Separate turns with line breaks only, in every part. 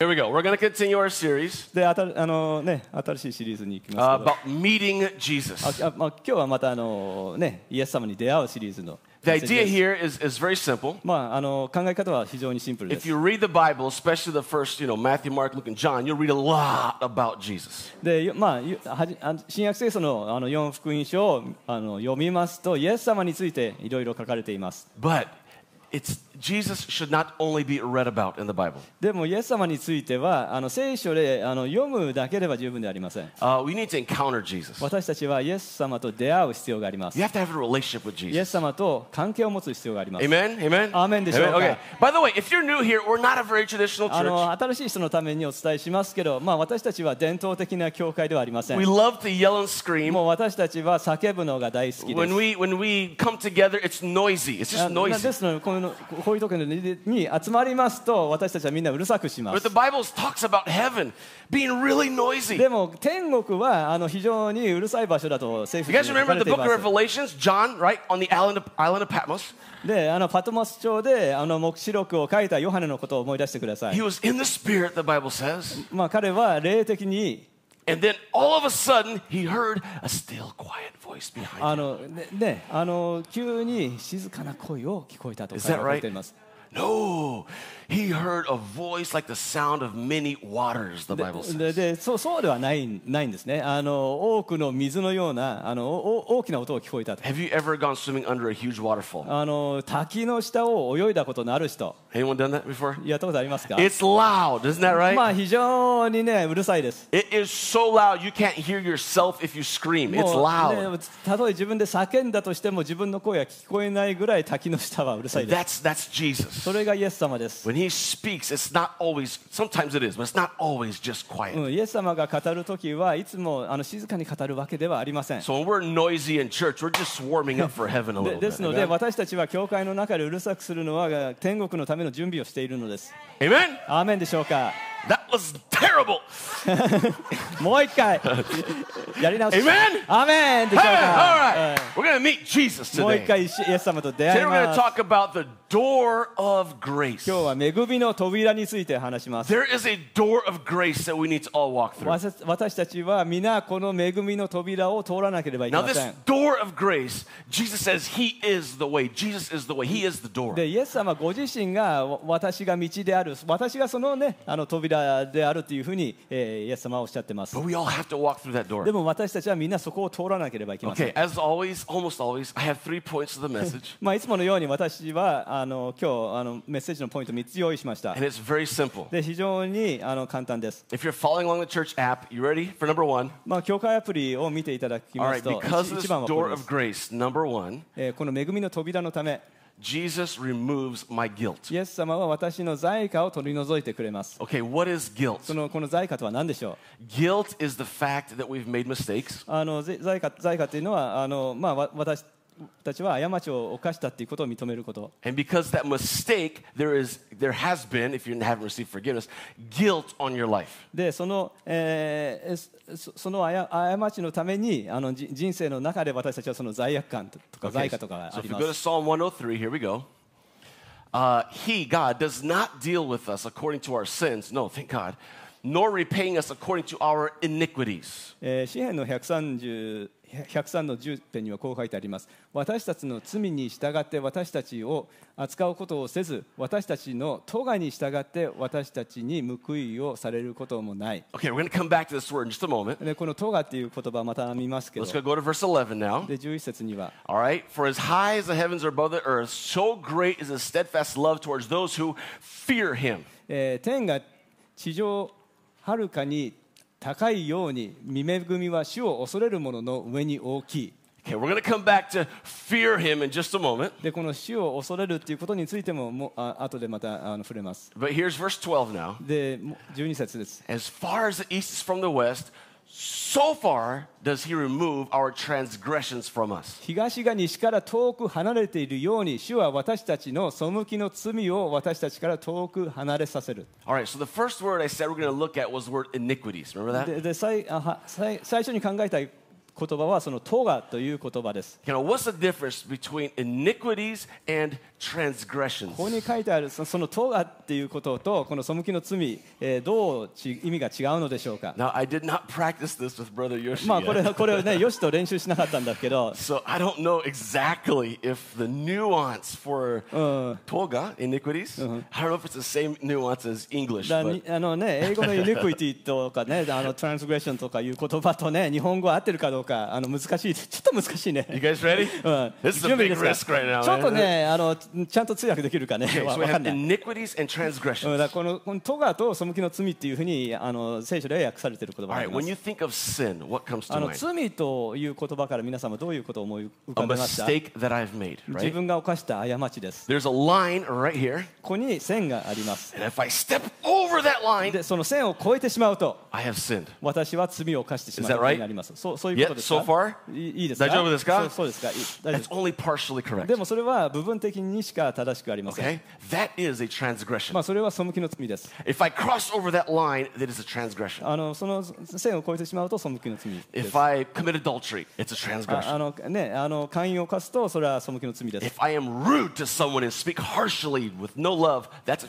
Here we go. We're going to continue our series
で、あたあのね、新しいシリーズに行き
uh,
ます
about meeting Jesus.
けど、ああまあ、今日はまたあの、ね、イエス様に出会うシリーズの
The
メッセージ
idea
です
here is, is very simple.
まあ、あの考え方は非常にシンプルで
If
す
you read the Bible, especially the first, you know, Matthew, Mark, Luke, and John, you'll read a lot about Jesus.
で、よまあ、ゆはじあの新約聖書のあの4福音書をあの読みますとイエス様についていろいろ書かれています
But it's Jesus should not only be read about in the Bible.
でもイエス様についてはあの聖書であの読むだけでは十分ではありません
Uh, we need to encounter Jesus.
私たちはイエス様と出会う必要があります
You have to have a relationship with
イエ
Jesus.
ス様と関係を持つ必要があります
Amen. Amen.
Amen でしょうか。
Okay. By the way, if you're new here, we're not a very traditional
あの
church.
新しい人のためにお伝えしますけど、まあ、私たちは伝統的な教会ではありませ
We
ん。
love to yell and scream.
もう私たちは叫ぶのが大好きで
When
す。
we when we come together, it's noisy. It's just
あな
noisy.
ですのでこういうのここういうところにに集まりますと私たちはみんなうるさくしま
But
す
the。Bible talks about heaven being really noisy.
で
You
も天国はあの非常にうるさい場所だと聖書に
guys
書か
remember
れ
the
てい
book
ま
of
す。
Revelations? John, right? On the island of, island of Patmos.
で、あのパトモス町であの黙示録を書いたヨハネのことを思い出してくださ
He
い。
was in the spirit, the Bible says.
まあ彼は霊的に
And then all of a sudden, he heard a still quiet voice behind him.
あのねねあの急に静かな声を聞こえたと
Is
書
that
かれ
right?
ています。
No. He heard a voice like the sound of many waters, the Bible says.
ででそうそうではないないんですねあの多くの水のようなあのおお大きな音が聞こえたと
Have you ever gone swimming under a huge waterfall?
あの滝の下を泳いだことのある人
Anyone done that before?
やったことありますか
It's loud, isn't that
ま
right?
あ非常にねうるさいです。
It is so loud you can't hear yourself if you scream. It's
もう
loud.
ねたとえ自分で叫んだとしても自分の声が聞こえないぐらい滝の下はうるさいです。
That's that's Jesus.
それがイエス様です。
When he speaks, it's not always sometimes it is, but it's not always just
う
quiet.
ん、イエス様が語るときはいつもあの静かに語るわけではありません。
So when we're noisy in church, we're just warming up for heaven a
で
little
ですの
bit.
で
Amen?
私たちは教会の中でうるさくするのは天国のための準備をしているのです。
Amen?
アーメンでしょうか
That was terrible.
もう一 回やり直し
Amen?
アーメンでしょう
Amen. All
か
right. We're gonna meet Jesus
うんもう一
today.
回イエス様と出会
Today
い
we're gonna
ます
talk about the door of grace.
今日は恵みの扉について話します。
There is a door of grace that we need to all walk through.
わた私たちは皆この恵みの扉を通らなければいけ
Now,
ま
this
せん。
door of grace, Jesus says He is the way. Jesus is the way. He is the door.
で、イエス様ご自身がわ私が道である、私がそのね、あの扉であるというふうに、えーイエス様はおっしゃってます
But。we all have to walk through that
で
door.
も私たちはみんなそこを通らなければいけません。
Okay, as always, almost always, I have three points of the message,
まあ、いつものように私はあの今日あのメッセージのポイント3つ用意しました
and。it's very simple.
で、非常にあの簡単です。
If you're following along the church app, you ready for number one?
まあ、教会アプリを見ていただき
All
ま
right,
すと、
because of
一
this
番はこ
door
れで
of
す、
grace, number one,
えーこの恵みの扉のため、
Jesus removes my guilt.
イエス様は私の罪過を取り除いてくれます。
Okay, what is guilt?
そのこの罪過とは何でしょ
Guilt is the fact that we've made mistakes.
うあのぜ罪過罪過というのはあの、まあ、わ私たちは過ちを犯したということを認めること。
And because that mistake, there is there has been, if you haven't received forgiveness, guilt on your life.
でその,、えーえーそそのあや過ちのためにあのじ人生の中で私たちはその罪悪感とか
Okay,
罪過とかが
so
あ
if
り
you
ま
go to
す。
Psalm 103, here we go. Uh, he, God, does not deal with us according to our sins, no, thank God, nor repaying us according to our iniquities.
えー詩篇の130 103の10編にはこう書いてあります。私たちの罪に従って私たちを扱うことをせず、私たちの咎に従って私たちに報いをされることもない。
Okay, we're going to come back to this word in just a moment.
でこの「トガ」っていう言葉また見ますけど
Let's go, go to verse 11 now.
で11節には
All right, for as high as the heavens are above the earth, so great is his steadfast love towards those who fear him.
えー天が地上をはるかに高いように見恵みは主を恐れる者の上に大きい」
Okay, we're going to come back to fear him in just a moment.
でこの主を恐れるっていうことについてももうあ後でまたあの触れます
But here's verse 12 now.
でも12節です、
As far as the east is from the west, so far does he remove our transgressions from us.
東が西から遠く離れているように主は私たちの背きの罪を私たちから遠く離れさせる
All right, so the first word I said we're going to look at was the word iniquities. Remember that?
でで最あは最最初に考えた言言葉はその「トガ」という言葉です。
You know, what's the difference between iniquities and
ここ
transgressions?
に書いてあるそその「トガ」っていうこととこの背きの罪、えーどうち意味が違うのでしょうか。
Now, I did not practice this with Brother Yoshi.
まあこれ
yet,
これをねよしと練習しなかったんだけど
so I don't know exactly if the nuance for toga, iniquities, I don't know if it's the same nuance as English.
だ
But
にあのね、英語のイニクイティとかね、 あのトランスグレッションとかいう言葉とね、日本語合ってるかどうか、あの難しい、ちょっと難しいね。
you guys ready?
うん、
This is
準
a
備いいで
big
すか
risk right now.
ちょっと
man.
ね、あのちゃんと通訳できるかね、
Okay,
わ
so we
わかん
have
ない。うん
iniquities and transgressions.
だからこのこのトガと背きの罪っていうふうにあの聖書では訳されてる言葉
All
があ
right,
り
when
ます
you think of sin, what comes
あ
to
の
mind?
罪という言葉から皆様どういうことを思い浮
A
かべました
mistake that I've made,
自
right?
分が犯した過ちです。
There's a line right here,
ここに線があります。
and if I step over that line,
で、その線を越えてしまうと、
I have sinned.
私は罪を犯してしま
Is
う
that
ことになります。そうそういうことです
Yeah, so far?
かいいいですか
大丈夫ですか
そうそうですかい大丈夫で
That's
す
only partially correct.
でもそれは部分的にしか正しくありません。
Okay? That is a transgression.
まあそれは背きの罪です。
If I cross over that line, that is a transgression.
あのその線を越えてしまうと背きの罪です
If。I commit adultery, it's a
あ
transgression.
あのね、あの勧誘を犯すとそれは背きの罪です。
If I am rude to someone and speak harshly with no love, that's a
だ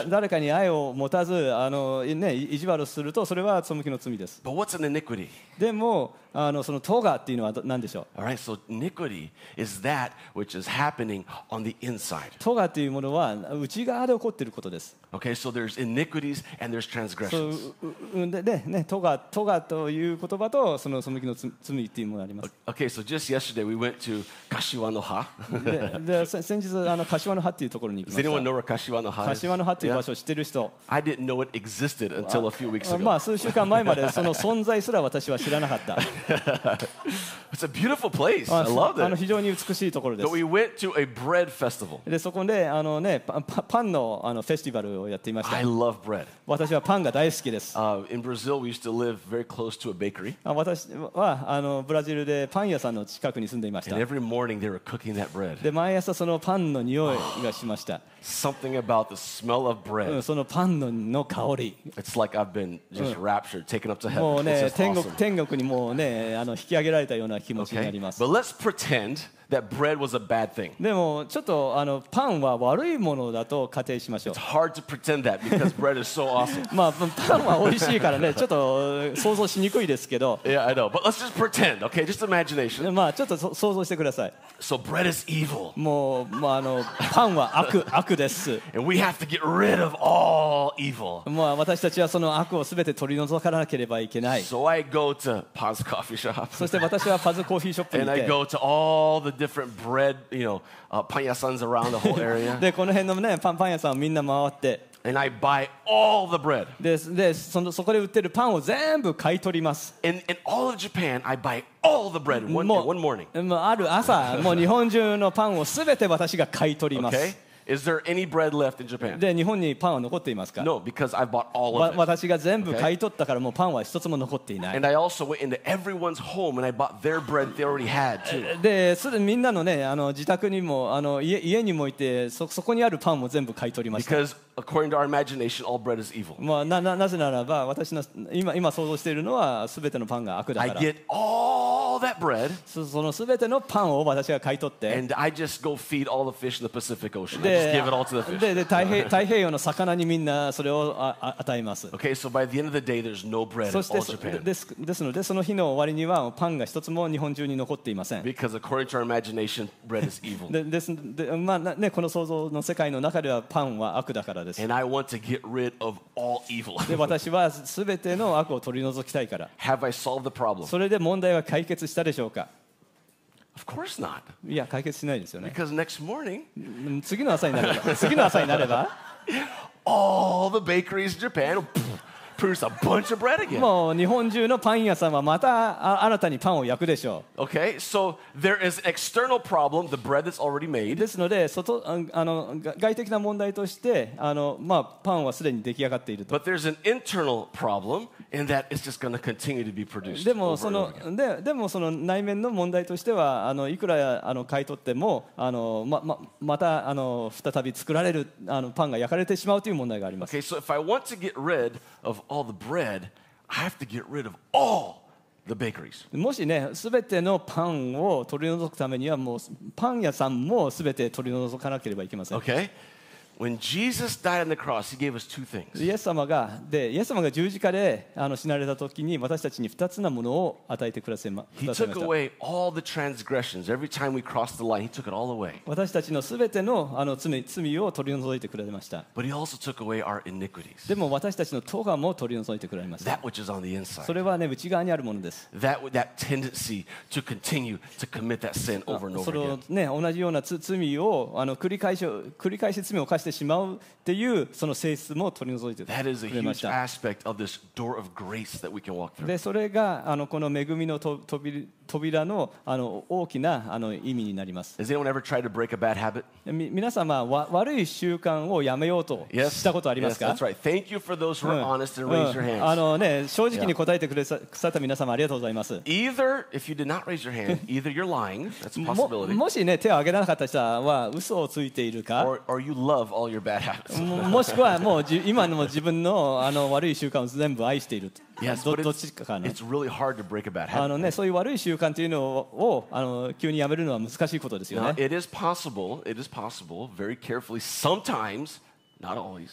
transgression.
誰かに愛を持たずあの、ね、い意地悪をするとそれは背きの罪です。
But what's an iniquity?
でもあのそのトガっていうのはど何でしょう
All right, so iniquity is that which is happening on the inside.
トガっていうものは内側で起こっていることです。
Okay, so there's iniquities and there's
そう
transgressions.
うううんででね、トガトガという言葉とそのその時のつ罪っていうものがあります。
Okay, so just yesterday we went to Kashiwanoha.
ででせ先日あの柏の葉っていうところに行き
Does
ま
anyone
した。
know where Kashiwanoha is?
柏の葉っていう場
Yeah.
所を知ってる人、
I didn't know it existed until a few weeks
あま
ago.
あ数週間前までその存在すら私は知らなかった。
It's a beautiful place. I
あ
love
あの
it.
非常に美しいところで
But
す。
we went to a bread festival.
でそこであのねパパパンのあのフェスティバルをやっていました
I。love bread.
私はパンが大好きです。
Uh, in Brazil, we used to live very close to a bakery,
あ私はあのブラジルでパン屋さんの近くに住んでいました
and。every morning they were cooking that bread.
で毎朝そのパンの匂いがしました。
Something about the smell of
うん
bread.
そのパンのの香り。
It's like I've been just raptured, taken up to
もう
heaven. It's
ね
just
天国
awesome.
天国にもうねあの引き上げられたような気持ちにな
Okay?
ります。
But let's pretend that bread was a bad thing.
でもちょっとあのパンは悪いものだと仮定しましょう
It's。hard to pretend that because bread is so awesome.
まあパンは美味しいからねちょっと想像しにくいですけど、
Yeah, I know. But let's just pretend, okay? Just imagination.
まあちょっとそ想像してください。
So bread is evil,
もうまああのパンは悪 悪です。
and we have to get rid of all evil.
まあ私たちはその悪をすべて取り除かなければいけない。
So I go to Paz Coffee Shop.
そして私はパズコーヒーショップに
And
行
I
っ
go to all the different bread, you know, uh, panyasans around the whole
て
area,
でこの辺のねパンパン屋さんをみんな回って。
and I buy all the bread.
ででそのそこで売ってるパンを全部買い取ります。
In, in all of Japan, I buy all the bread in one, in
も
one morning.
うもうあ る朝、もう日本中のパンをすべて私が買い取ります。
Okay? Is there any bread left in Japan?
で、日本にパンは残っていますか、
No, because I bought
わ
all of it.
私が全部買い取ったから、もうパンは一つも残っていない。
And I also went into everyone's home and I bought their bread they already had too.
ですでみんなのねあの自宅にもあの家家にもいてそそこにあるパンも全部買い取りました、
Because according to our imagination, all bread is evil.
まあ、なななぜならば私の今今想像しているのはすべてのパンが悪だ
I
から
get all that bread
そそのすべてのパンを私が買い取って。
and I just go feed all the fish in the Pacific Ocean. I just
で
give it all to the fish.
でで太平太平洋の魚にみんなそれをああ与えます。
Okay, so by the end of the day, there's no bread
そ
in
して
all
そ
Japan.
ですですのでその日の終わりにはパンが一つも日本中に残っていません。
Because according to our imagination, bread is evil.
でですでまあなね、この想像の世界の中ではパンは悪だからです。
And I want to get rid of all evil.
で私はすべての悪を取り除きたいから
Have I solved the problem?
それで問題は解決したでしょうか
Of course not.
いや解決しないですよね
Because next morning,
うん次の朝になれば 次の朝になれば
all the bakeries in Japan produce a bunch of bread again.
もう日本中のパン屋さんはまたあ新たにパンを焼くでしょ
Okay, so there is an external problem, the bread that's already
う
made.
ですので外ああのが外的な問題としてあの、まあ、パンはすでに出来上がっていると
But there's an internal problem in that it's just going to continue to be produced.
でも
over
そ
and
の
over
ででもその内面の問題としてはあのいくらあの買い取ってもあのまままたあの再び作られるあのパンが焼かれてしまうという問題があります。
Okay, so if I want to get rid of all the bread, I have to get rid of all the bakeries.
もしね、すべてのパンを取り除くためには、もうパン屋さんもすべて取り除かなければいけません。
Okay? When Jesus died on the cross, he gave us two things
イエス様がでイエス様が十字架であの死なれた時に私たちに2つなものを与えてくださいま
He
ください
took
ました
away all the transgressions. Every time we crossed the line, he took it all away.
私たちのすべてのあの罪罪を取り除いてくれました
But he also took away our iniquities
でも私たちの咎も取り除いてくれました
that which is on the
そ
inside.
れはね内側にあるものです
That, that tendency to continue to commit that sin over and
そ
over
れを
again.
ね同じようなつ罪をあの繰り返し繰り返し罪を犯してしまうっていうその性質も取り除いてく
That is a
れまし
huge
た
aspect of this door of grace that we can walk through.
でそれがあのこの恵みのと扉扉のあの大きなあの意味になります
Has anyone ever tried to break a bad habit?
み皆様わ悪い習慣をやめようと
Yes.
したことあります
yes
か
that's right. Thank you for those who
うん
are honest and raise your
うんあ
hands.
のね、正直
Yeah.
に答えてくれさくださった皆様ありがとうございます。
Either, if you did not raise your hand, either you're lying, that's a
も
possibility,
もしね、手を挙げなかった人は嘘をついているか、
or, or you love all your bad habits.
ももしくはもうじ今の自分のあの悪い習慣を全部愛している
Yes,
ど
but
どっ
it's,
ちかかな。
it's really hard to break a bad
あ
habit.
のね、そういう悪い習慣というのをあの急にやめるのは難しいことですよ
Now,
ね。
it is possible, it is possible, very carefully, sometimes, not always,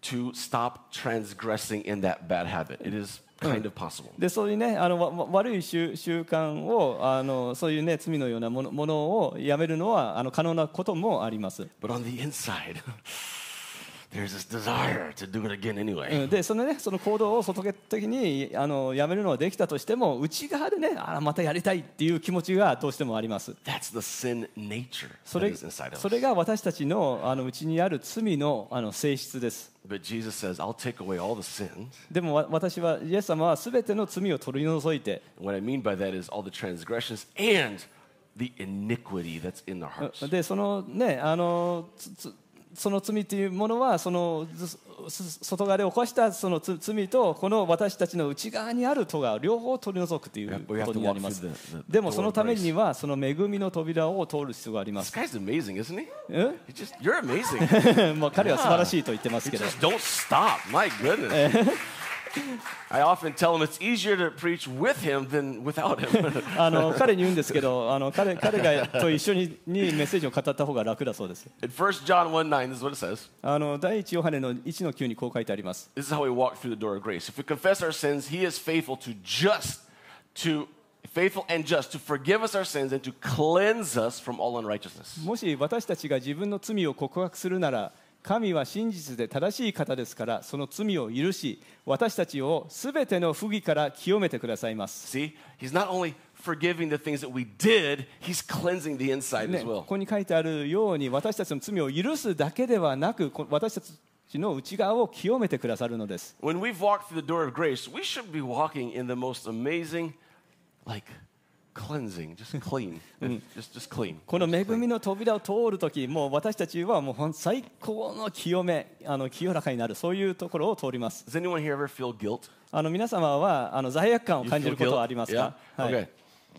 to stop transgressing in that bad habit. It is kind of possible.
でそういうねあのわわ悪い習習慣をあのそういうね罪のようなものものをやめるのはあの可能なこともあります。
But on the inside, there's this desire to do it again
う
anyway.
んでそのねその行動を外的にあのやめるのはできたとしても内側でねあらまたやりたいっていう気持ちがどうしてもあります
That's the sin nature
そ
that
れ
is inside of us.
それが私たちのあのうちにある罪のあの性質です
But Jesus says, I'll take away all the sins.
でもわ私はイエス様は全ての罪を取り除いて
And what I mean by that is all the transgressions and the iniquity that's in their
う
hearts.
でそのねあのつつその罪っていうものはそのずす外側で起こしたそのつ罪とこの私たちの内側にあるとが両方取り除くというこ
We have
と
to
にな
walk
り
through
ま
the,
す
the, the
でも
door
その
of
ために
grace.
はその恵みの扉を通る必要がありま
This
す
guy's amazing, isn't he?
え
You just, you're amazing.
もう彼は素晴らしいと言ってます
you
けど
just don't stop. My goodness. I often tell him it's easier to preach with him than without him.
あの彼に言うんですけどあの彼彼がと一緒ににメッセージを語った方が楽だそうです
In 1 John 1 9, this is what it says.
あの第一ヨハネの1の9にこう書いてあります
This is how we walk through the door of grace. If we confess our sins, he is faithful to just to faithful and just to forgive us our sins and to cleanse us from all unrighteousness.
もし私たちが自分の罪を告白するなら神は真実で正しい方ですからその罪を許し私たちをすべての不義から清めてくださいます、
See? He's not only forgiving the things that we did, he's cleansing the inside
ね、
as
こ
well.
こに書いてあるように私たちの罪を許すだけではなくこ私たちの内側を清めてくださるのです
When we've walked through the door of grace, we should be walking in the most amazing, like cleansing, just clean. just just clean.
この恵
Just clean.
みの扉を通るとき、もう私たちはもうほん最高の清め、あの清らかになる、そういうところを通ります。
Does anyone here ever feel guilt?
あの皆様はあの罪悪感を
You
感じ
feel
ることはあ
guilt?
ります
Yeah?
か、はい
Okay.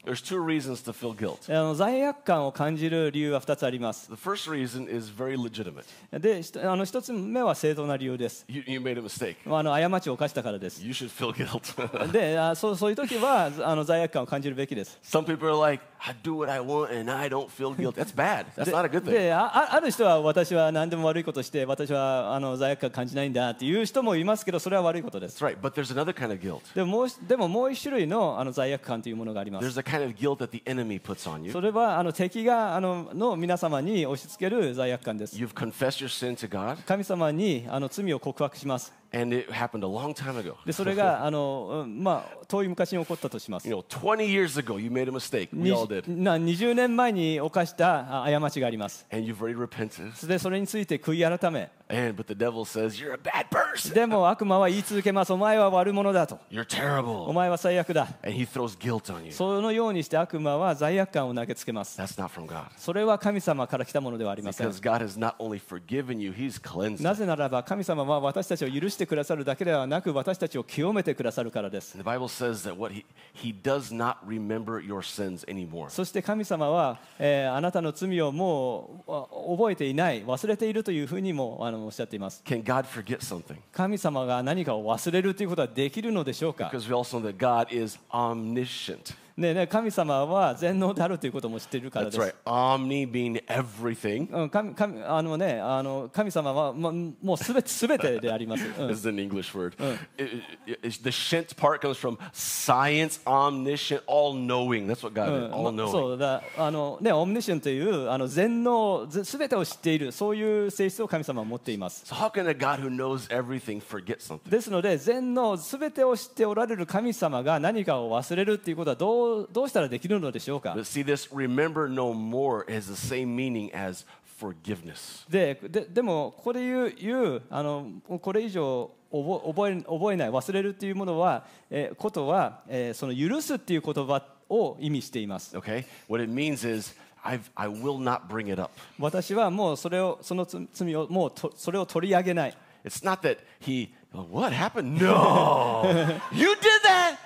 There's two reasons to feel guilt.
あの罪悪感を感じる理由は2つあります。
The first reason is very legitimate.
で、ひとあの1つ目は正当な理由です。
You, you made a mistake.
まああの過ちを犯したからです。
You should feel guilt.
で、あそうそういう時はあの罪悪感を感じるべきです。
Some people are like, I do what I want and I don't feel guilt. That's bad. That's
で
not a good thing.
でああある人は私は何でも悪いことして私はあの罪悪感感じないんだっていう人もいますけどそれは悪いことです
That's right. But there's another kind of guilt.
でももう一でももう一種類のあの罪悪感というものがあります。
There's a kind of guilt that the enemy puts on
そ
you.
れはあの敵があのの皆様に押し付ける罪悪感です。
You've confessed your sin to God,
神様にあの罪を告白します。
and it happened a long time ago.
でそれがあの、うんまあ、遠い昔に起こったとしま す
You。know, 20 years ago, you made a mistake. We all
20
did.
な20年前に犯したあ過ちがあります。
And you've already repented.
でそれについて悔い改め、
And but the devil says, You're a bad person.
でも悪魔は言い続けます、お前は悪者だと、
You're
お
terrible.
前は最悪だ、
And he throws guilt on you.
そのようにして悪魔は罪悪感を投げつけます、
That's not from God.
それは神様から来たものではありません
Because。God has not only forgiven you, he's cleansed.
な
And
ぜならば神様は私たちを許してくださるだけではなく私たちを清めてくださるからです。
the Bible says that what he he does not remember your sins anymore.
そして神様は、えーあなたの罪をもうあ覚えていない忘れているというふうにもあのんおっしゃっています
Can God forget something?
神様が何かを忘れるということはできるのでしょうか、
Because we also know that God is omniscient.
ねえねえ神様は全能であるということも知っているからで
That's
す、
right. Omni being everything
うん、神神あのねあの神様はもうもうすべてすべてであります、うん
is an English word. It- it- it's- the shent part comes from science, omniscient, all knowing. That's what God
う
is, all
んま
knowing.
そうだあのねオムニシェンというあの全能すべてを知っているそういう性質を神様は持っています
So how can a God who knows everything forget something?
ですので全能すべてを知っておられる神様が何かを忘れるということはどうどうしたらできるのでしょうか
But see, this remember no more has the same meaning as forgiveness.
でででもここで言う言うあのこれ以上覚え覚え覚えない忘れるというものは、えーことは、えーその許すっていう言葉を意味しています
Okay? What it means is, I've, I will not bring it up.
私はもうそれをその罪罪をもうとそれを取り上げない
It's not that he, what happened? No! you did that!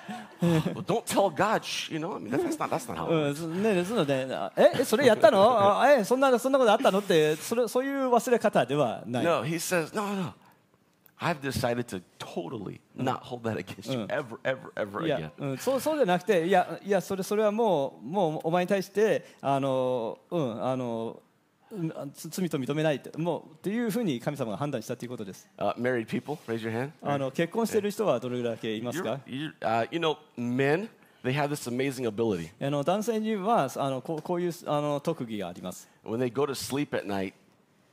well, don't tell God, shh, you know? I mean, that's not, that's not how it
うんそね、ですので、あえ、それやったの あえ、そんな、そんなことあったのって、それそういう忘れ方ではない。
No, he says, no, no. I've decided to totally not hold that against you ever, ever, ever
い
again.
や、うん、そうそうじゃなくて、いや、いやそれそれはもう、もうお前に対して、あの、うん、あの、うんあつ罪と認めないって、もうっていうふうに神様が判断したということです。
Uh, married people, raise your hand.
あの結婚している人はどれだけいますか
You're, you're, uh, you know, men, they have this amazing ability.
あの男性にはあのこうこういうあの特技があります
When they go to sleep at night,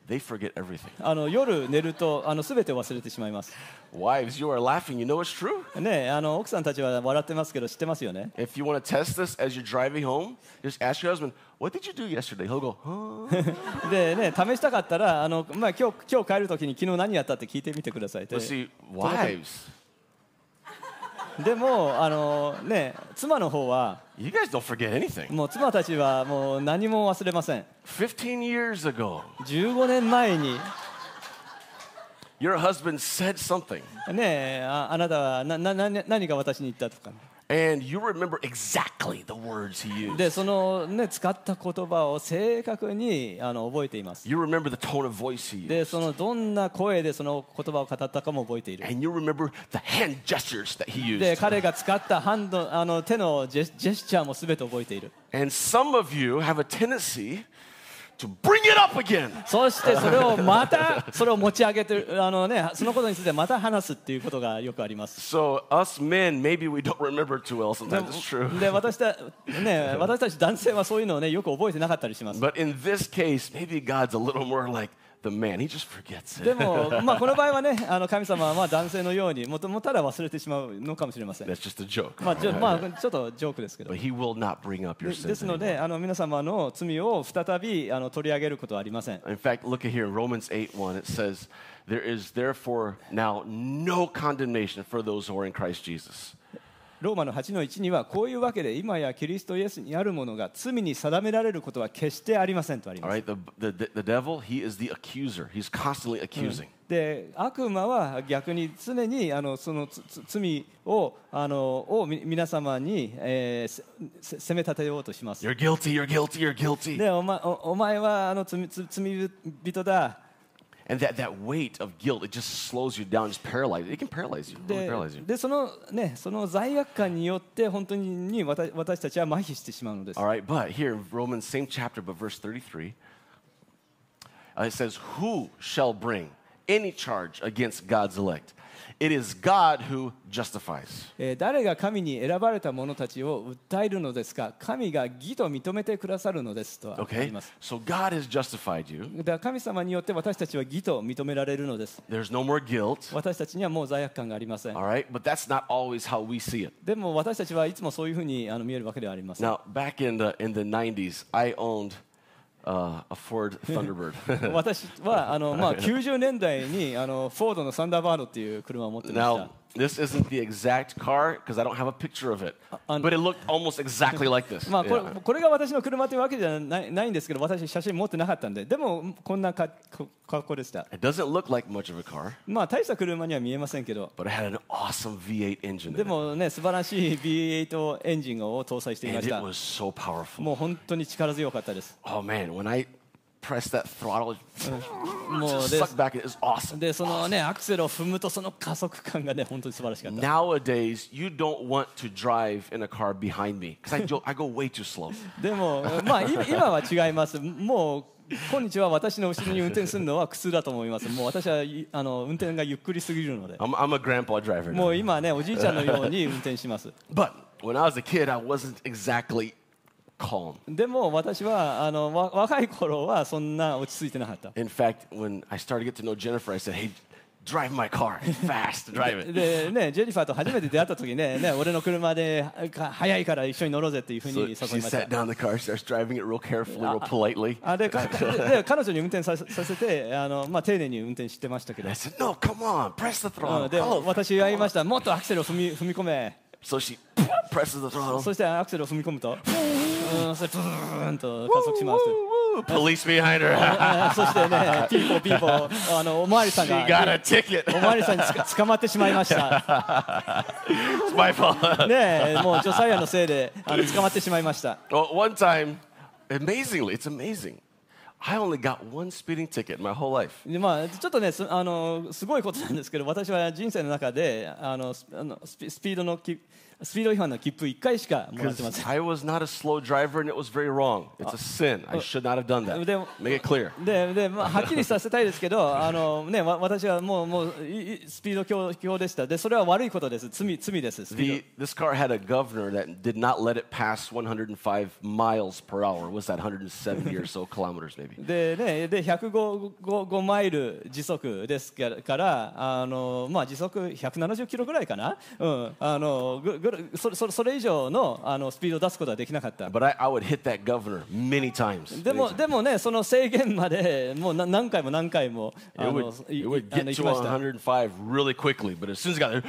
they forget everything.
あの夜寝るとあの全て忘れてしまいます
Wives, you are laughing. You know it's true.
ねあの奥さんたちは笑ってますけど知ってますよね
If you want to test this as you're driving home, just ask your husband, what did you do yesterday? He'll go, huh?
でね、試したかったら、あのまあ、今日今日帰るときに昨日何やったって聞いてみてくださいで
But see, wives,
でもあの、ね、妻の方は、
you guys don't forget anything.
もう妻たちはもう何も忘れません、
15 years ago,
15年前に、
your husband said something.
ね、ああなたはななな何が私に言ったとか、
And you remember exactly the words he used.
でその、ね、使った言葉を正確にあの覚えています。
You remember the tone of voice he used.
でそのどんな声でその言葉を語ったかも覚えている
And you remember the hand gestures that he
で
used.
彼が使ったハンドあの手のジェジェスチャーも全て覚えている
And some of you have a tendency to bring it up again.
そしてそれをまたそれを持ち上げてるあのねそのことについてまた話すっていうことがよくあります。
So, us men, maybe we don't remember too well.
で
Sometimes it's true.
で私たね私たち男性はそういうのをねよく覚えてなかったりします。
But in this case, maybe God's a little more like the man. He just forgets
で
it.
もまあこの場合はねあの神様は男性のようにもともたら忘れてしまうのかもしれません。
That's just a joke.
まあ、じょまあ、ちょっとジョークですけど
But。he will not bring up your
でで
sins.
すの
anymore.
であの皆様の罪を再びあの取り上げることはありません。
In fact, look at here, Romans 8 1. It says, There is therefore now no condemnation for those who are in Christ Jesus.
ローマの8の1にはこういうわけで今やキリストイエスにあるものが罪に定められることは決してありませんとあります
All。right, the, the, the- the devil, he is the accuser. He's constantly accusing.
で悪魔は逆に常にあのそのつつ罪をあのをみ皆様に、えーせせ責め立てようとします。
You're guilty, you're guilty, you're guilty.
でお,、ま、おお前はあの罪罪罪人だ
And that, that weight of guilt, it just slows you down, just paralyzes. It can paralyze you, really
で
paralyze you.
でその,、ね、その罪悪感によって本当に私私たちは麻痺してしまうのです
All。right, but here, Romans, same chapter, but verse 33, uh, it says, Who shall bring any charge against God's elect? It is God who justifies.
えー誰が神に選ばれた者たちを訴えるのですか神が義と認めてくださるのですとあり
Okay?
ます。
So God has justified you.
だから神様によって私たちは義と認められるのです。
There's no more guilt.
私たちにはもう罪悪感がありません
All。right, but that's not always how we see it.
でも私たちはいつもそういうふうにあの見えるわけではありません。
Now, back in the, in the 90s, I owned uh, a Ford Thunderbird.
私は あの、まあ、90年代にあのフォードのサンダーバードっていう車を持ってました
now, this isn't the exact car because I don't have a picture of it,
un-
but it looked almost exactly like this.。
まあこれ
Yeah.
これが私の車というわけじゃないないんですけど私写真持ってなかったんででもこんなかこ格好でした
It doesn't look like much of a car,
まあ大した車には見えませんけど
but it had an awesome V8 engine. In
で
it,
もね素晴らしい V8 エンジンを搭載していま
and
し
it
た
was so powerful.
もう本当に力強かったです
Oh man, when I press that throttle,
もう
just
で
suck back. It was awesome.
でそのねアクセルを踏むとその加速感がね本当に素晴らしかった
Nowadays, you don't want to drive in a car behind me because I, jo- I go way too slow.
でも、 まあ、今今は違います。もう今日は私の後ろに運転するのは苦痛だと思います。もう私はいあの運転がゆっくりすぎるので、
I'm, I'm a grandpa driver.
も
Now.
う今ねおじいちゃんのように運転します。
But when I was a kid, I wasn't exactly calm.
でも私はあのわ若い頃はそんな落ち着いてなかった。
In fact, when I started to get to know Jennifer, I said, hey, drive my car fast, drive it.
でね、ジェニファーと初めて出会った時ねね俺の車でか早いから一緒に乗ろうぜっていうふうに
So
誘い
she
ました
sat down in the car, starts driving it real carefully, real politely.
あでかで彼女に運転させさせてあの、まあ、丁寧に運転してましたけど
I said, no, come on, press the
う
throttle.
んで
Hello.
私が言いましたもっとアクセルを踏み踏み込め
So she presses the throttle.
そしてアクセルを踏み込むと、うん、それブーンと加速します。
Woo, woo, police behind her.
あそしてね、ピーポーピーポー、あのおまわりさん
she got
が
a。ticket.
おまわりさんにつか捕まってしまいました。
it's my fault.
ねえ、もうジョサイアのせいであの捕まってしまいました。
Well, one time, amazingly, it's amazing. I only got one speeding ticket my whole life.
でまあちょっとねすあのすごいことなんですけど、私は人生の中であのスあのスピスピードのきスピード違反の切符一回しかもらってませ
'Cause I was not a slow driver and it was very wrong. It's a sin. I should not have done that.
Then-
Make it clear.
ん。ででまあ、はっきりさせたいですけど、あのね、わ私はもうもういいスピード強強でしたで、それは悪いことです、罪罪です、スピー
The,
ド
this car had a governor that did not let it pass 105 miles per hour. What's that, 170 or so kilometers maybe?
でね、で105マイル時速ですからからあの、まあ、時速170キロぐらいかな、うん、あのぐぐるそれそれそれ以上のあのスピードを出すことはできなかった。
But I, I would hit that governor many times.
でもでもね、その制限までもうな何回も何回もあ
It
の
would,
い
it would
あの
get
行き
to
ました。
105 really quickly, but as soon as it got there,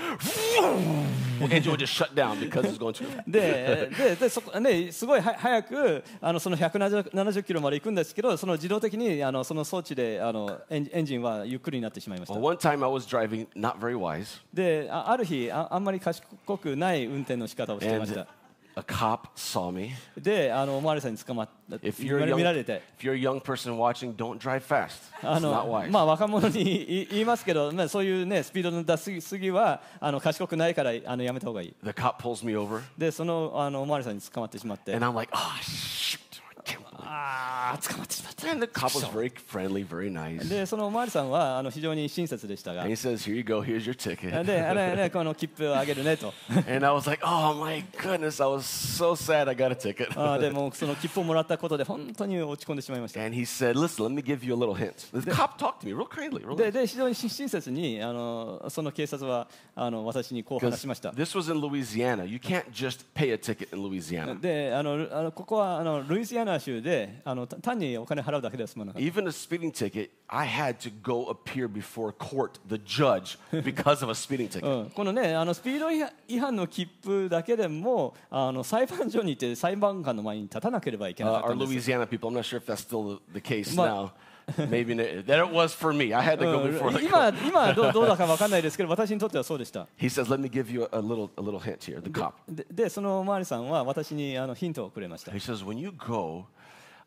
the engine would just shut down because it's going too fast.
でででそこね、すごいは早くあのその170キロまで行くんですけど、その自動的にあのその装置であのエンジンエンジンはゆっくりになってしまいました
Well,。one time I was driving not very wise,
であある日ああんまり賢くない運転の仕方をしていまし
and
た
a cop saw me.
であのおまわりさんに捕まっ
If you're, a
見
young,
られて
if you're a young person watching, don't drive fast.
あ
It's not
の
wise.
まあ若者にい言いますけど、まあ、そういうねスピードの出しすぎはあの賢くないからあのやめた方がいい
The cop pulls me over,
でそのあのおまわりさんに捕まってしまって
and I'm like, oh, shoot. I can't believe
あー捕まってしまっ
it." And the cop was very friendly, very nice.
たでそのおまわりさんはあの非常に親切でしたが
And he says, here you go, here's your ticket.
であれ、ね、この切符をあげるねと
And I was like, oh my goodness, I was so sad I got a ticket.
あーでもうその切符をもらったことで本当に落ち込んでしまいました
And he said, listen, let me give you a little hint. The cop talked to me real kindly, real
で
nice.
で非常に親切にあのその警察はあの私にこう
Because
話しました。
This was in Louisiana. You can't just pay a ticket in Louisiana.
であのルあのここはあのルイジアナ州であのた単にお金払うだけでは済まなかっ
Even a speeding ticket, I had to go appear before court, the judge, because of a speeding
た、
ticket.
うん、このねあのスピード違反違反の切符だけでもあの裁判所に行って裁判官の前に立たなければいけ
Uh,
なかった
our
んです、
Louisiana people, I'm not sure if that's still the, the case
But- Uh,
now. Maybe n- that it was for me. I had to
う
go
ん
before the
今
court.
今はどうどうだか分かんないですけど私にとってはそうでした。
He says, "Let me give you a, a little, a little hint here." The cop.
ででそのおまわりさんは私にあのヒントをくれました
He。says, "When you go,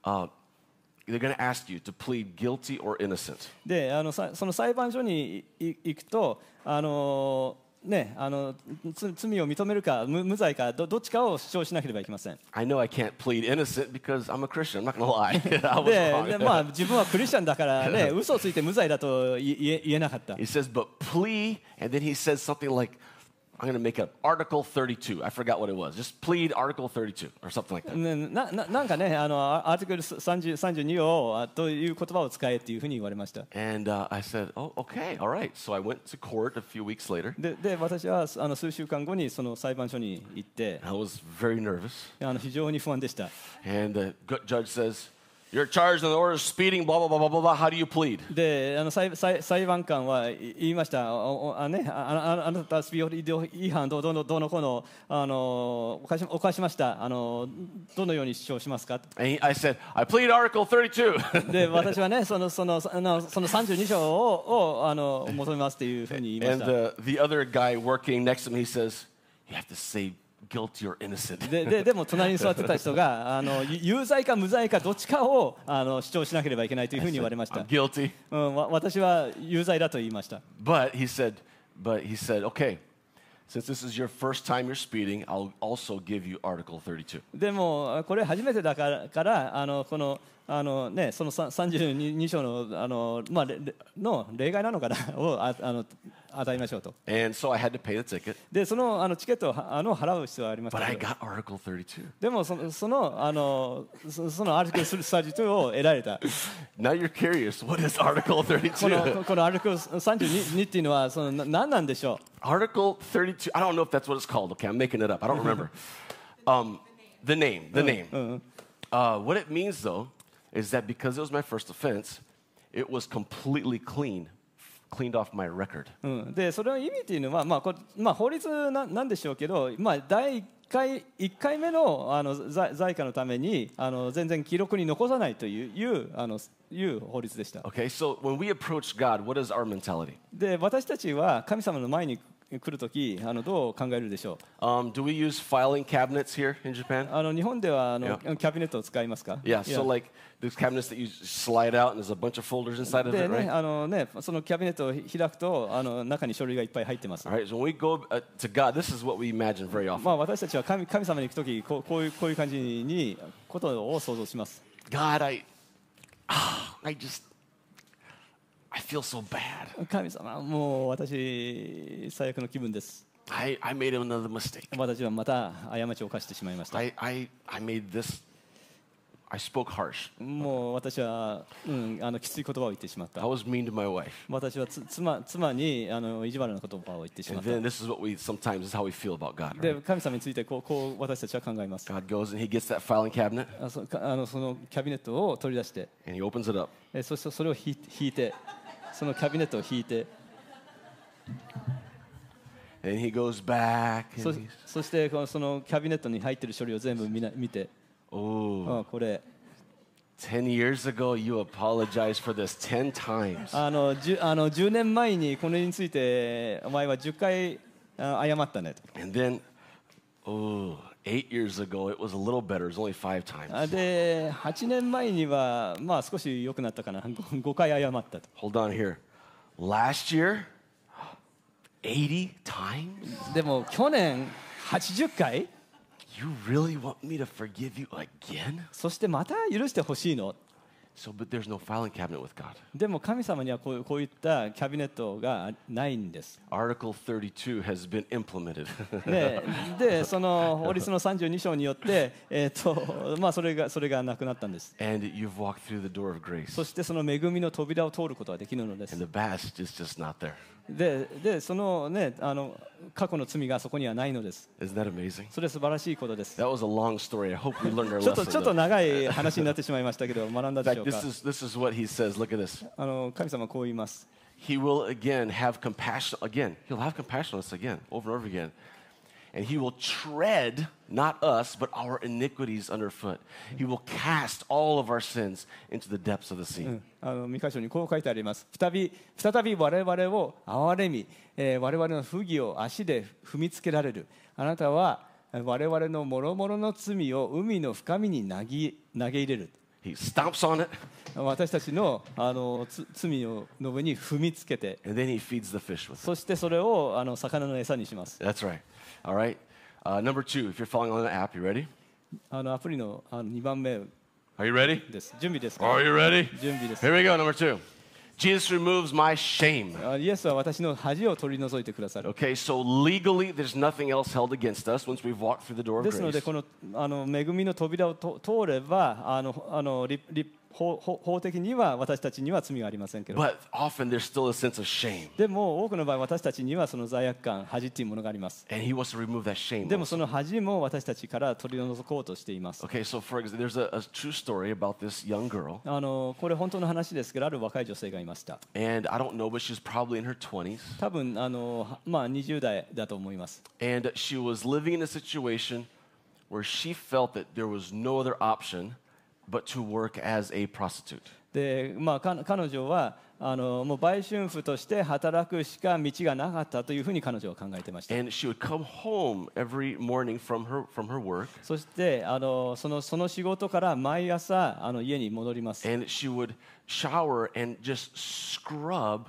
uh, they're going to ask you to plead guilty or innocent."
であのさその裁判所にいい行くと、あのーね、あのつ罪を認めるか無無罪かどどっちかを主張しなければいけません
I know I can't plead innocent because I'm a Christian. I'm not going to lie. I was
で
wrong.
で、まあ、自 分はクリスチャンだから、ね、嘘をついて無罪だとい言え言えなかった
He says, but plea, and then he says something like, I'm going to make up Article 32. I forgot what it was. Just plead Article 32 or something like that.
ねなななんかねあのアアーティクル30 32をあという言葉を使えっていうふうに言われました
And uh, I said, oh, okay, all right. So I went to court a few weeks later.
でで私はあの数週間後にその裁判所に行って
I was very nervous.
あの非常に不安でした
And the gu- judge says, you're charged in the order of speeding, blah, blah, blah, blah, blah, blah. How do you plead?
であの裁裁裁判官はい言いました、おおあね、あああなたスピード違反どうどうのどうのこうのあの犯し犯しましたあの、どのように主張しますか
And he, I said, I plead Article 32.
で私はね、そのそのそのその32条ををあの求めますというふうに言い
and
ま
uh,
した。
the, the other guy working next to me, he says, you have to say guilty or innocent.
でででも隣に座ってた人があのゆ有罪か無罪かどっちかをあの主張しなければいけないというふうに言われました
I'm、guilty.
うん、わ私は有罪だと言いました
But he said, but he said, okay, since this is your first time you're speeding, I'll also give you Article 32.
でもあこれ初めてだからからあのこのあの、ね、そのさ32章のあの,、まあ、れれの例外なのかなをああの与えましょうと
And so I had to pay the ticket,
でそのあのチケットをはあの払う必要はありまし
but
た
I
けど
got Article 32.
でもそのそのあのそその歩くするサージトゥを得られた
Now you're curious. What is Article
この
32?
ここの歩く32っていうのはそのな何なんでしょう
Article 32. I don't know if that's what it's called. Okay, I'm making it up. I don't remember. um, the name. The name. Uh, what it means, though, is that because it was my first offense, it was completely clean, cleaned off my record.
うん、でそれの意味っていうのは、まあこまあ、法律ななんでしょうけど、まあ、第1回 ,1 回目のあの在在家のためにあの全然記録に残さないといういうあのいう法律でした
Okay, so when we approach God, what is our mentality?
で私たちは神様の前に来るときあのどう考えるでしょう
Um, do we use filing cabinets here in Japan?
あの日本ではあの、
Yeah.
キャビネットを使いますか
Yeah,
Uh, Yeah.
so like those cabinets that you slide out and there's a bunch of folders inside of
で
it,
ね
right?
あのね、そのキャビネットを開くとあの中に書類がいっぱい入ってます
All。right, so when we go uh, to God, this is what we imagine very often.
まあ、私たちは神神様に行くときこうこういうこういう感じにことを想像します。
God, I, ah, I just, I feel so bad.
神様もう私最悪の気分です
I, I made another mistake.
私はまた過ちを犯してしまいました
I, I, I made this, I spoke harsh.
もう私は、うん、あのきつい言葉を言ってしまっ
I
た
was mean to my wife.
私はつ妻妻にあの意地悪な言葉を言ってしま
And
った
then this is what we sometimes this is how we feel about God.
で
Right?
神様についてこうこう私たちは考えます
God goes and he gets that filing cabinet
あそかあのそのキャビネットを取り出して
and he opens it up.
えそしてそれを引い引いてそのキャビネットを引いて
And he goes back.
そ
And he's,
そしてこのそのキャビネットに入ってる書類を全部見な見て
oh,
あこれ
10 years ago, you apologized for this 10 times.
あのじゅあの10年前にこれについてお前は10回あ謝ったねと
And then, oh, eight years ago, it was a little better. It was only five times.
あで8年前にはまあ少し良くなったかな 5, 回謝ったと
Hold on here. Last year, 80 times?
でも去年80回
You really want me to forgive you again?
そしてまた許してほしいの
So, but there's no filing cabinet with God.
でも神様にはこうこういったキャビネットがないんです
Article 32 has been implemented.
ででその法律の32章によって、えーとまあ、それがそれがなくなったんです
and you've walked through the door of grace.
そしてその恵みの扉を通ることはできるのです
And the past is just not there.
ででその,、ね、あの過去の罪がそこにはないのです
Isn't that amazing?
それは素晴らしいことです
That was a long story. I hope we learned our
ちょっと
lesson.
ちょっ
though.
と長い話になってしまいましたけど学んだ
In
でし
fact,
ょうか
this is, this is what he says. Look at this.
あの神様はこう言います
He will again have compassion. Again, he'll have compassion on us again, over and over again. And he will tread, not us, but our iniquities underfoot. He will cast all of our sins into the depths of the sea.
あの未箇所にこう書いてあります再び再び我々を憐れみ、えー我々の不義を足で踏みつけられるあなたはえー我々の諸々の罪を海の深みに投げ投げ入れる
He stomps on it,
私たちのあのつ罪をの上に踏みつけて
and then he feeds the fish with it.
そしてそれをあの魚の餌にします
That's right. All right. Uh, number two, if you're following on the app, you ready?
あのアプリのあの2番目
Are you ready?
です準備ですか
Are you ready?
準備です。
Here we go, number two. Jesus removes my shame.
あイエスは私の恥を取り除いてくださる。
Okay, so legally, there's nothing else held against us once we've walked through the door of
ですので、
grace.
このあの恵みの扉をと通れば、あのあの立立法法法的には私たちには罪がありませんけど、
But often there's still a sense of shame.
でも多くの場合、私たちにはその罪悪感、恥っていうものがあります。
And he wants to remove that shame.
でもその恥も私たちから取り除こうとしています。
Okay, so for example, there's a, a true story about this young girl.
あのこれ本当の話ですけど、ある若い女性がいました。
And I don't know, but she's probably in her 20s.
多分あのはまあ20代だと思います。
And she was living in a situation where she felt that there was no other option but to work as a prostitute.
で、まあ、か彼女はああのもう売春婦として働くしか道がなかったというふうに彼女は考えてました。
And she would come home every morning from her, from her work,
そしてあのそのその仕事から毎朝あの家に戻ります。
and she would shower and just scrub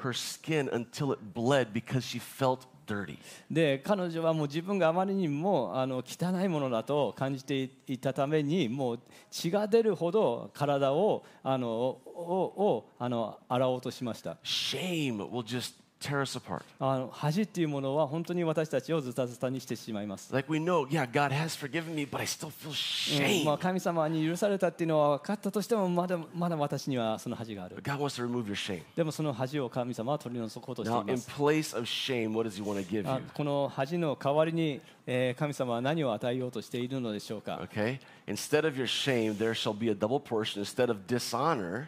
her skin until it bled because she felt dirty.
で彼女はもう自分があまりにもあの汚いものだと感じていたためにもう血が出るほど体をあのををあの洗おうとしました。
Shame will just tear us apart.
あの恥っていうものは本当に私たちをズタズタにしてしまいます。
Like we know, yeah, God has forgiven me, but I still feel
うん
shame.
まあ、神様に許されたっていうのは分かったとしてもまだまだ私にはその恥がある
But。God wants to remove your shame.
でもその恥を神様は取り除こうとして
Now,
いま
in
す。
place of shame, what does He want to give
あ
you?
この恥の代わりに、えー神様は何を与えようとしているのでしょうか。
Okay? Instead of your shame, there shall be a double portion. Instead of dishonor,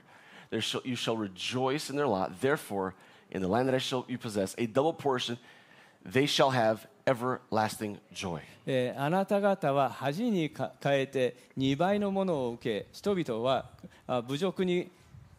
there shall, you shall rejoice in their lot. Therefore, in the land that I shall you possess, a double portion, they shall have everlasting joy.
えーあなた方は恥にか変えて2倍のものを受け人々はあ侮辱に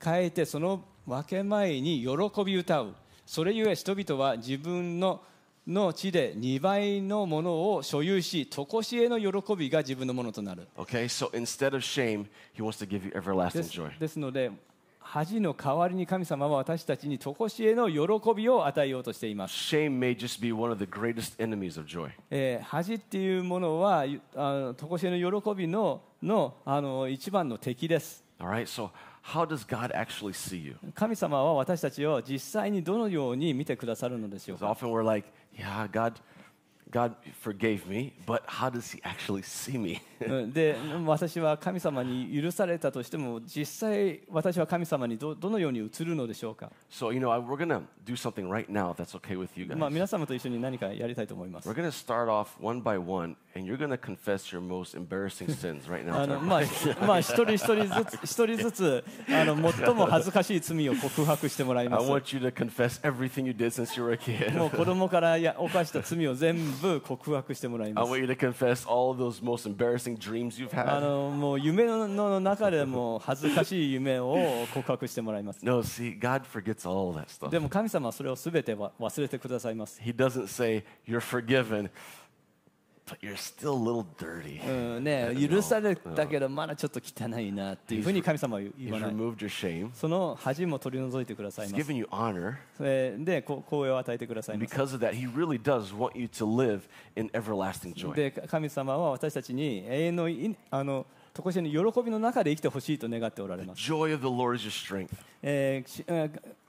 変えてその分け前に喜び歌うそれゆえ人々は自分のの地で2倍のものを所有し常しえの喜びが自分のものとなる
Okay? So instead of shame, He wants to give you everlasting
です
joy.
ですので恥の代わりに神様は私たちに常しえの喜びを与えようとしています
Shame may just be one of the greatest enemies of joy.
えー恥っていうものはゆあの常しえの喜びののあの一番の敵です
All right? So, how does God actually see you?
神様は私たちを実際にどのように見てくださるのでしょう
Because
か
often we're like, yeah, God, God forgave me, but how does He actually see me?
うんで私は神様に許されたとしても実際私は神様にどどのように映るのでしょうか、
So, you know, I, we're going to do something right now, if that's okay with you guys.
まあ、皆様と一緒に何かやりたいと思います
We're going to start off one by one, and you're going to confess your most embarrassing sins right now.
あのまあ、ひ まあ一人一人ずつ一人ずつあの最も恥ずかしい罪を告白してもらい
I
ますも
want you to confess everything you did since you were a kid.
う子供からや犯した罪を全部告白してもらい
I
ます
want you to confess all of those most embarrassing dreams you've
あ
had.
のもう夢のの中でも恥ずかしい夢を告白してもらい ます
No, see, God forgets all that stuff.
でも神様はそれを全てわ忘れてくださいます
He doesn't say, You're forgiven, but you're still a little dirty.
うんね、許されたけどまだちょっと汚いなっていうふうに神様は言
He's
わない
removed your shame,
その恥も取り除いてください
He's
ます
given you honor.
えーでこ光栄を与えてください
And
ま
because
す
of that, He really does want you to live in everlasting joy.
で神様は私たちに永遠のいあの常しえの喜びの中で生きてほしいと願っておられます、
Joy of the Lord is your strength,
えーしえーえー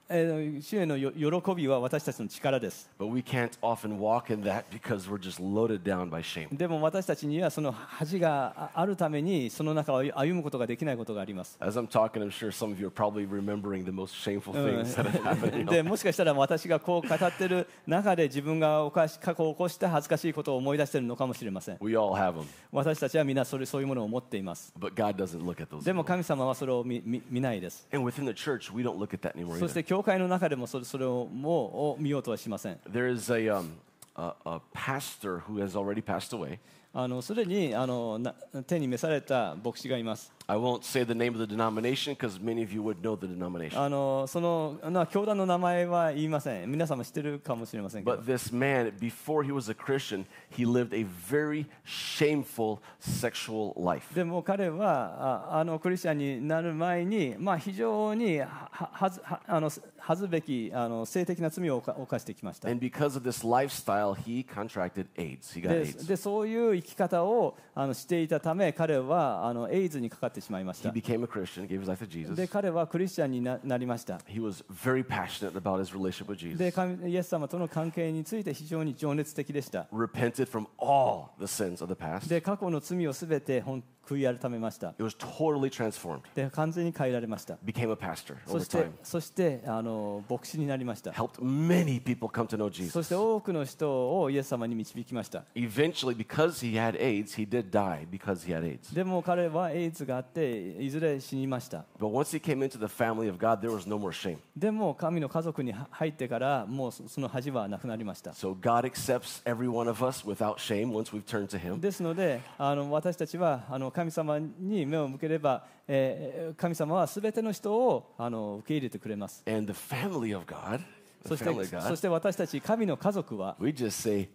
主へのよ喜びは私たちの力です
but we can't often walk in that because we're just loaded down by shame.
でも私たちにはその恥がああるためにその中を歩むことができないことがあります
As I'm talking, I'm sure some of you are probably remembering the most shameful things that have happened. you know.
でもしかしたら私がこう語ってる中で自分が犯し過去を起こした恥ずかしいことを思い出してるのかもしれません
We all have them,
私たちは皆それそういうものを持っています
but God doesn't look at those.
でも
anymore.
神様はそれを見見見ないです
And within the church, we don't look at that anymore.
そし
Either.
て教会の中でもそれそれをもうを見ようとはしません
There is a, um, a, a pastor who has already passed away.
あのすでにあのな手に召された牧師がいます
I won't say the name of the denomination because many of you would know the denomination.
あのそのな教団の名前は言いません皆様知ってるかもしれませんけど
But this man, before he was a Christian, he lived a very shameful sexual life.
でも彼はああのクリスチャンになる前に、まあ、非常にはははずはあの恥ずべきあの性的な罪を犯犯してきました。
And because of this lifestyle, he contracted AIDS. He got
で
AIDS.
でそういう生き方をあのしていたため彼はあのエイズにかかってしまいまし
He
た。
became a Christian, gave his life to
で
Jesus.
彼はクリスチャンにななりました。
He was very passionate about his relationship with
で
Jesus.
神イエス様との関係について非常に情熱的でした。
Repented from all the sins of the past.
で
It
過去の罪をすべて本悔い改めました。
was totally transformed.
で完全に変えられました。
Became a pastor
そ
over
して
time.
そしてあの牧師になりました。
Helped many people come to know
そし
Jesus.
て多くの人をイエス様に導きました。
Eventually, because he had AIDS, he did die because he had AIDS.
でも彼はエイズがあっっていずれ死にました
But once he came into the family of God, there was no more shame.
でも神の家族に入ってからもうそその恥はなくなりました
So God accepts every one of us without shame once we've turned to Him.
ですのであの私たちはあの神様に目を向ければ、えー神様はすべての人をあの受け入れてくれます
And the family of God, the
そし
family
て
of
そ
God,
して私たち神の家族は
we just say,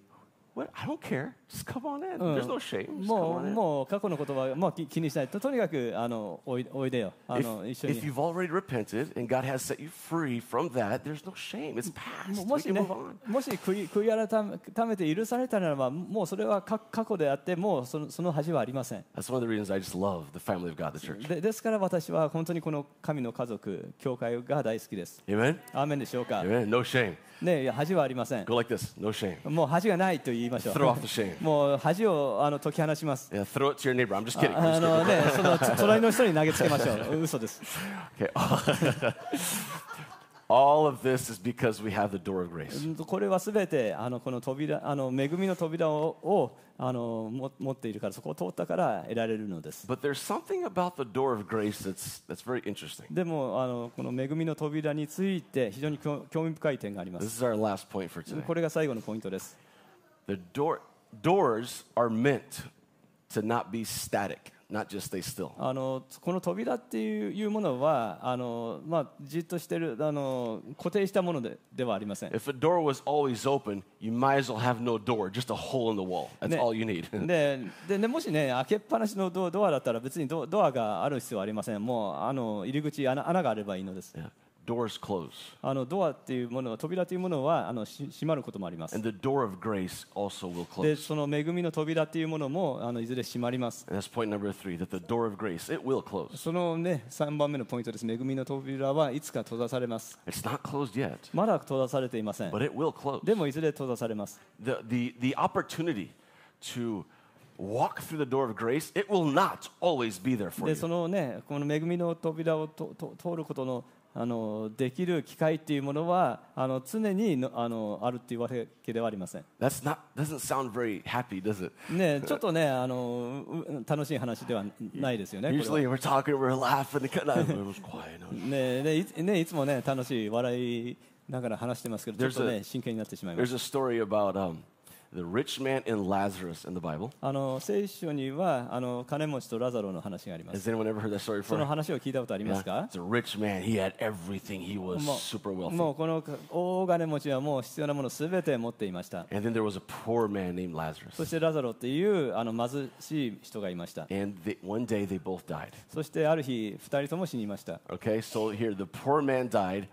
"What? I don't care. Just come on in. There's
Uh,
no shame. Just come
もう
on in."
もう過去のことはもう気気にしないととにかくあのおいおいでよあの一
If,
緒
if
に
you've already repented and God has set you free from that, there's no shame. It's past.
も
We
もし
can
ね
move on.
もし悔い悔い改め改めて許されたならばもうそれは過過去であってもうそのその恥はありません
That's one of the reasons I just love the family of God, the church.
でですから私は本当にこの神の家族教会が大好きです
Amen.
アーメンでしょうか
Amen. No shame.
ねいや恥はありません
Go like this. No shame.
もう恥がないと言いましょ
Throw off the
う
shame.
もう恥をあの解き放ちます
Yeah, throw it to your neighbor. I'm just kidding.
あ
I'm
の
just
ねそのつ隣の人に投げつけましょう 嘘です
kidding. Okay. All of this is because we have the door of grace.
うんとこれはすべてあのこの扉あの恵みの扉ををあのも持っているからそこを通ったから得られるのです
But there's something about the door of grace that's, that's very interesting.
でもあのこの恵みの扉について非常に興興味深い点があります
This is our last point for today.
これが最後のポイントです
The door, doors are meant to not be static, not just stay still.
あのこの扉っていういうものはあの、まあ、じっとしてるあの固定したものでではありません
If a door was always open, you might as well have no door, just a hole in the wall. That's
Ne-
all you need.
ででねもしね開けっぱなしのドドアだったら別にドドアがある必要はありませんもうあの入り口穴穴があればいいのです
Yeah. Doors close.
あのドアっていうものは扉というものはあのし閉まることもあります
And the door of grace also will
で
close.
その恵みの扉っていうものもあのいずれ閉まります
And that's point number three that the door of grace, it will close.
そのね3番目のポイントです恵みの扉はいつか閉ざされます
It's not closed yet,
まだ閉ざされていません
but it will close.
でもいずれ閉ざされます
The, the, the opportunity to walk through the door of grace, it will not always be there for
でそ
you.
のねこの恵みの扉をとと通ることのあのできる機会っていうものはあの常にのあのあるっていうわけではありません
That's not, doesn't sound very happy, does it?
ねちょっとねあのうう楽しい話ではないですよねこれは
Usually we're talking, we're laughing, and kind of, it was quiet. no
ねねいつねいつもね楽しい笑いながら話してますけどちょ
There's
っとね
a-
真剣になってしまいます
There's a story about um, the rich man and Lazarus in the Bible.
あの聖書にはあの金持ちとラザロの話があります
Has anyone ever heard that story
その
before?
話を聞いたことあります
Yeah.
か
It's a rich man. He had everything. He was
も
super
う
wealthy.
もうこの大金持ちはもう必要なものすべて持っていました
And then there was a poor man named
そ
Lazarus.
してラザロっていうあの貧しい人がいました
And they, one day they both died.
そしてある日2人とも死にました
Okay, so here the poor man died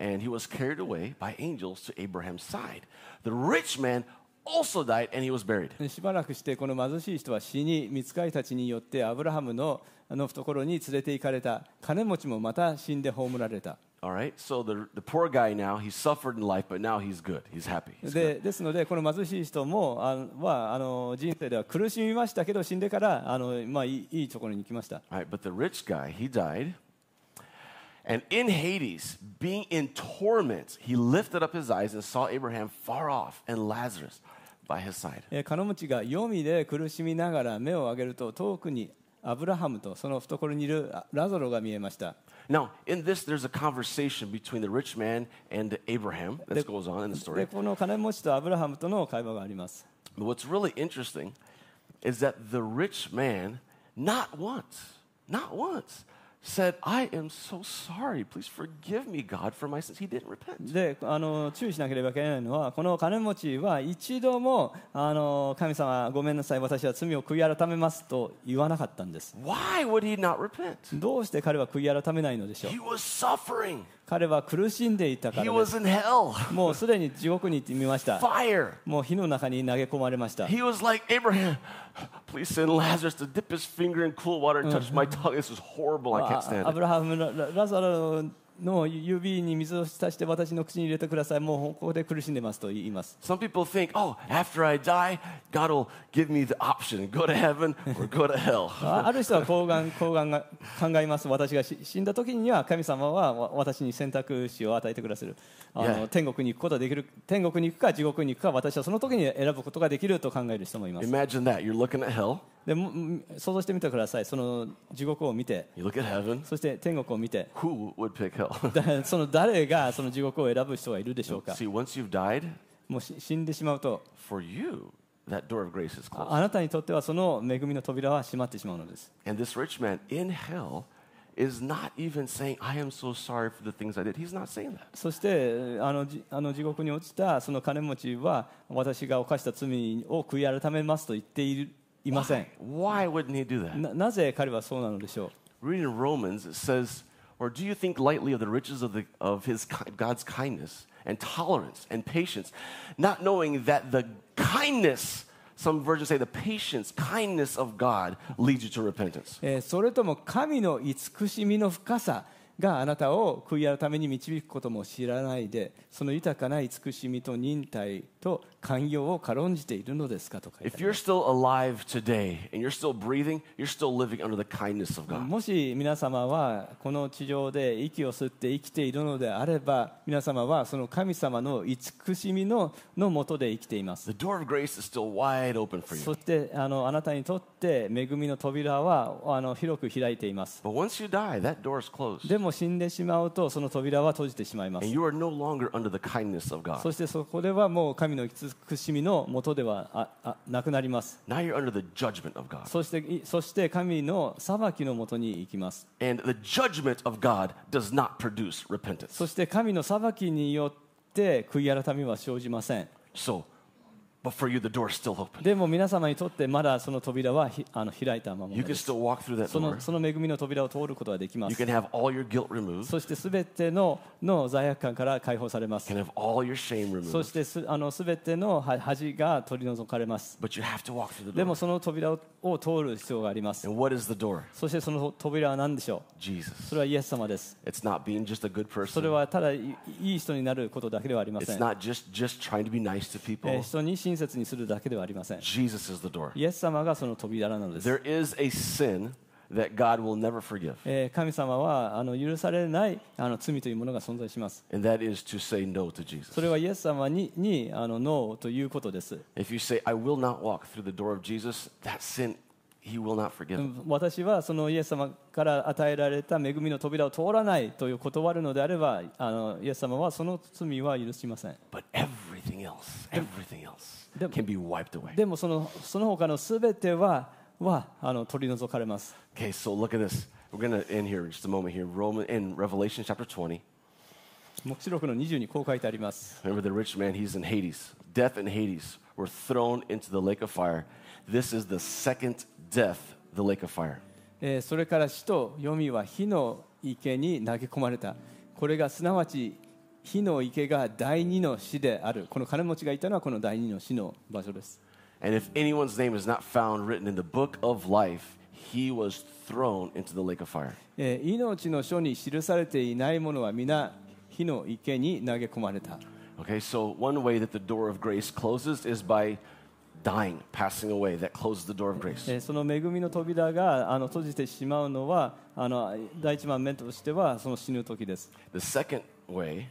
and he was carried away by angels to Abraham's side. The rich man also died and he was buried.
しばらくしてこの貧しい人は死に見つかりたちによってアブラハムのあの懐に連れて行かれた金持ちもまた死んで葬られた
All right, so the, the poor guy now, he suffered in life, but now he's good. He's happy. He's
でですのでこの貧しい人もあのはあの人生では苦しみましたけど死んでからあの、まあ、いいいいところに来ました
All right, but the rich guy, he died. And in Hades, being in torment, he lifted up his eyes and saw Abraham far off and Lazarus by his side.
えー金持ちが黄泉で苦しみながら目を上げると遠くにアブラハムとその懐にいるあラザロが見えました
Now, in this, there's a conversation between the rich man and Abraham that goes on in the
で
story.
この金持ちとアブラハムとの会話があります
But what's really interesting is that the rich man, not once, not once, said, I am so sorry. Please forgive me, God, for my sins. He didn't repent.
であの注意しなければいけないのはこの金持ちは一度もあの神様ごめんなさい私は罪を悔い改めますと言わなかったんです
Why would he not repent?
どうして彼は悔い改めないのでしょう
He was suffering.
彼は苦しんでいたか
He
らです
was in hell,
もうすでに地獄に行ってみました。
fire.
もう火の中に投げ込まれました。
He was like Abraham. Please send Lazarus to dip his finger in cool water and touch my tongue. This is horrible. I can't
あア
stand
ブ
it.
ラハムラララザロの指に水を浸して私の口に入れてください。もうここで苦しんでますと言います。
Some people think, oh, after I die, God will give me the option go to heaven or go to hell.
あある人はこうがんこうがんが考えます。私がし死んだ時には神様はわ私に選択肢を与えてくださる。あの
Yeah.
天国に行くことができる。天国に行くか地獄に行くか私はその時に選ぶことができると考える人もいます。
Imagine that. You're looking at hell
でもうん想像してみてくださいその地獄を見て
You look at heaven,
そして天国を見て
who would pick hell?
だその誰がその地獄を選ぶ人はいるでしょうか
See, once you've died,
もうし死んでしまうと
for you, that door of grace is closed.
ああなたにとってはその恵みの扉は閉まってしまうのです
And this rich man in hell is not even saying, I am so sorry for the things I did. He's not saying that.
そしてあのじあの地獄に落ちたその金持ちは私が犯した罪を悔い改めますと言っているいません
Why wouldn't he do that?
ななぜ彼はそうなのでしょう
Reading Romans, it says, Or do you think lightly of the riches of, the, of his, ki- God's kindness and tolerance and patience, not knowing that the kindness, some versions say the patience, kindness of God leads you to repentance?
えーそれとも神の慈しみの深さがあなたを悔い改めに導くことも知らないでその豊かな慈しみと忍耐と寛容を軽んじているのですかとか
If you're still alive today and you're still breathing, you're still living under the kindness of God.
もし皆様はこの地上で息を吸って生きているのであれば皆様はその神様の慈しみののもとで生きています
The door of grace is still wide open for you.
そしてあのあなたにとって恵みの扉はあの広く開いています
But once you die, that door is closed.
でも死んでしまうとその扉は閉じてしまいます
And you are no longer under the kindness of
そ
God.
してそこではもう神の慈しみのもとではああなくなります。
Now you're under the judgment of God.
そしていそして神の裁きのもとに行きます。
And the judgment of God does not produce repentance.
そして神の裁きによって悔い改めは生じません。
So, but for you, the door is still open.
でも皆様にとってまだその扉はひあの開いたまま
You can
です
still walk through that
そ
door.
のその恵みの扉を通ることができま
You
す。
can have all your guilt removed. You
そしてすべてのの罪悪感から解放されます。
can have all your shame
そ
removed.
してすあのべてのは恥が取り除かれます。
But you have to walk through the
でも
door.
その扉をを通る必要があります。
And what is the door?
そしてその扉は何でしょう
Jesus.
それはイエス様です。
It's not being just a good
それ
person.
はただいいい人になることだけではありませ
It's
ん、
not just just trying to be nice to
えー
people.
人に親切にするだけではありません
Jesus is the door.
イエス様がその扉なのです、
There is a sin that God will never forgive,
えー神様はあの許されないあの罪というものが存在します
and that is to say no to Jesus.
それはイエス様ににあのノーということです
If you say, I will not walk through the door of Jesus, that sin, he will not
う
forgive.
ん私はそのイエス様から与えられた恵みの扉を通らないという断るのであればあのイエス様はその罪は許しません
But everything else, everything else
Dem-
can be wiped away.
でもそのその他の全てははあの取り除かれます
Okay, so look at this. We're going to end here in just a moment here. Roman in Revelation chapter 20.
黙示録の20にこう書いてあります
Remember the rich man, he's in Hades. Death and Hades were thrown into the lake of fire. This is the second death, the lake of fire.
えーそれから死と黄泉は火の池に投げ込まれたこれがすなわち火の池が第二の死であるこの金持ちがいたのはこの第二の死の場所です
And if anyone's name is not found written in the book of life, he was thrown into the lake of fire.
えー命の書に記されていないものは皆火の池に投げ込まれた
Okay, so one way that the door of grace closes is by dying, passing away. That closes the door of grace.
えーその恵みの扉があの閉じてしまうのはあの第一番目としてはその死ぬ時です
The second way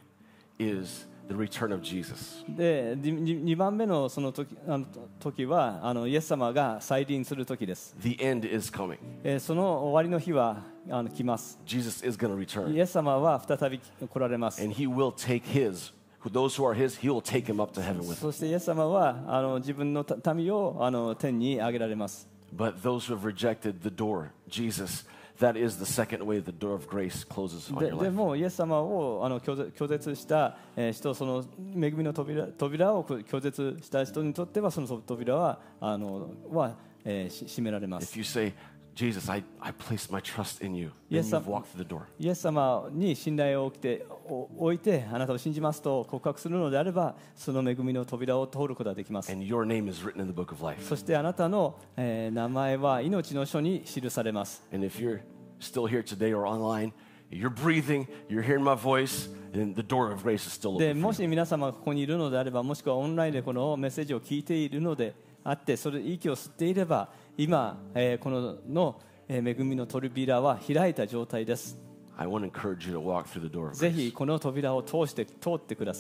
is the return of Jesus.
で2番目のその時あの時はあのイエス様が再臨する時です、
The end is coming.
えーその終わりの日はあの来ます
Jesus is going to
イ
return,
エス様は再び来られます。
and he will take his, who- those who are his, he will take him up to heaven with him.
そしてイエス様はあの自分のた民をあの天に上げられます。
But those who have rejected the door, Jesus, that is the second way the door of grace closes on
で
your
で
life.
もイエス様をあの拒絶拒絶したえー人その恵みの扉扉を拒絶した人にとってはその扉はあのは、えーし閉められま
If
す。
you say, Jesus, I, I place my trust in you, then
Yes,
you've
I'm-
walked through the door.
イエス様に信頼を置いてお置いてあなたを信じますと告白するのであればその恵みの扉を通ることができます。
And your name is written in the book of life.
そしてあなたの、えー名前は命の書に記されます。
And if you're still here today or online, you're breathing, you're hearing my voice, then the door of grace is still
で
open. for
もし皆様がここにいるのであればもしくはオンラインでこのメッセージを聞いているのであってそれ息を吸っていれば今、えーこのの、えー恵みの扉は開いた状態です
I want to encourage you to walk through the door of
ぜ
grace.
ひこの扉を通して通ってください